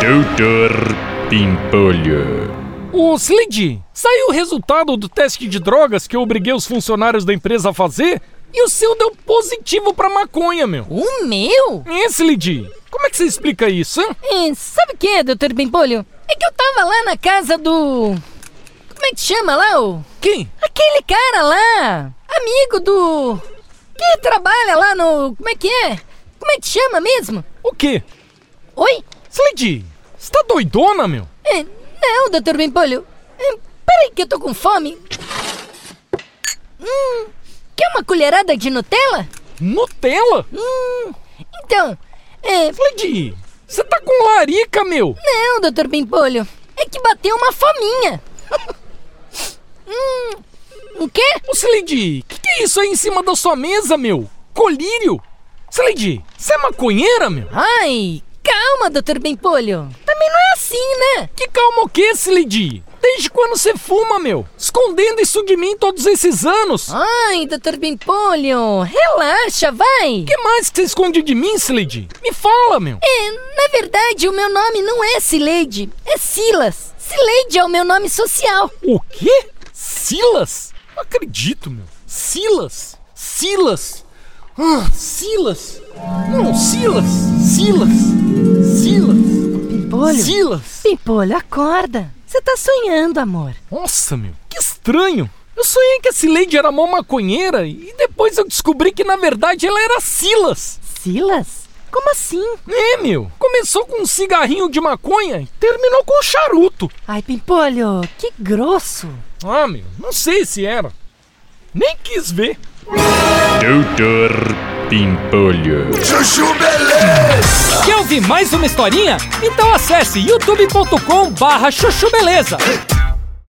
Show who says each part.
Speaker 1: Doutor Pimpolho.
Speaker 2: Ô, Slid, saiu o resultado do teste de drogas que eu obriguei os funcionários da empresa a fazer e o seu deu positivo pra maconha, meu.
Speaker 3: O meu?
Speaker 2: É, Slid, como é que você explica isso, hein?
Speaker 3: É, sabe o que, doutor Bembolho? É que eu tava lá na casa do. Como é que chama lá, o?
Speaker 2: Quem?
Speaker 3: Aquele cara lá! Amigo do. Que trabalha lá no. Como é que é? Como é que chama mesmo?
Speaker 2: O quê?
Speaker 3: Oi?
Speaker 2: Slid, você tá doidona, meu?
Speaker 3: É, não, doutor Bempolho. É, peraí que eu tô com fome. Hum, quer uma colherada de Nutella?
Speaker 2: Nutella?
Speaker 3: Hum, então, é,
Speaker 2: Slid, você tá com larica, meu.
Speaker 3: não, doutor Bempolho. É que bateu uma fominha. hum, o quê?
Speaker 2: Ô, Slid, que que é isso aí em cima da sua mesa, meu? Colírio? Slid, você é maconheira, meu?
Speaker 3: Ai, calma, doutor Bempolho. Também não é assim, né?
Speaker 2: Que calma o que, Slid? Desde quando você fuma, meu? Escondendo isso de mim todos esses anos? O
Speaker 3: Ai, doutor Bempolho, relaxa, vai.
Speaker 2: que mais que você esconde de mim, Slid? Me fala, meu.
Speaker 3: É, na verdade, o meu nome não é Sileide, é Silas. Sileide é o meu nome social.
Speaker 2: O quê? Silas? Não acredito, meu. Silas? Silas? Ah, Silas? Não, Silas. Silas. Silas.
Speaker 3: Pimpolho?
Speaker 2: Silas.
Speaker 3: Pimpolho, acorda. Você tá sonhando, amor.
Speaker 2: Nossa, meu, que estranho. Eu sonhei que a Sileide era mó maconheira e depois eu descobri que na verdade ela era Silas.
Speaker 3: Silas? Como assim?
Speaker 2: É, meu. Começou com um cigarrinho de maconha e terminou com um charuto.
Speaker 3: Ai, Pimpolho, que grosso.
Speaker 2: Ah, meu, não sei se era. Nem quis ver.
Speaker 1: Doutor Pimpolho.
Speaker 4: Chuchu Beleza!
Speaker 2: Quer ouvir mais uma historinha? Então acesse youtube.com barra chuchu beleza.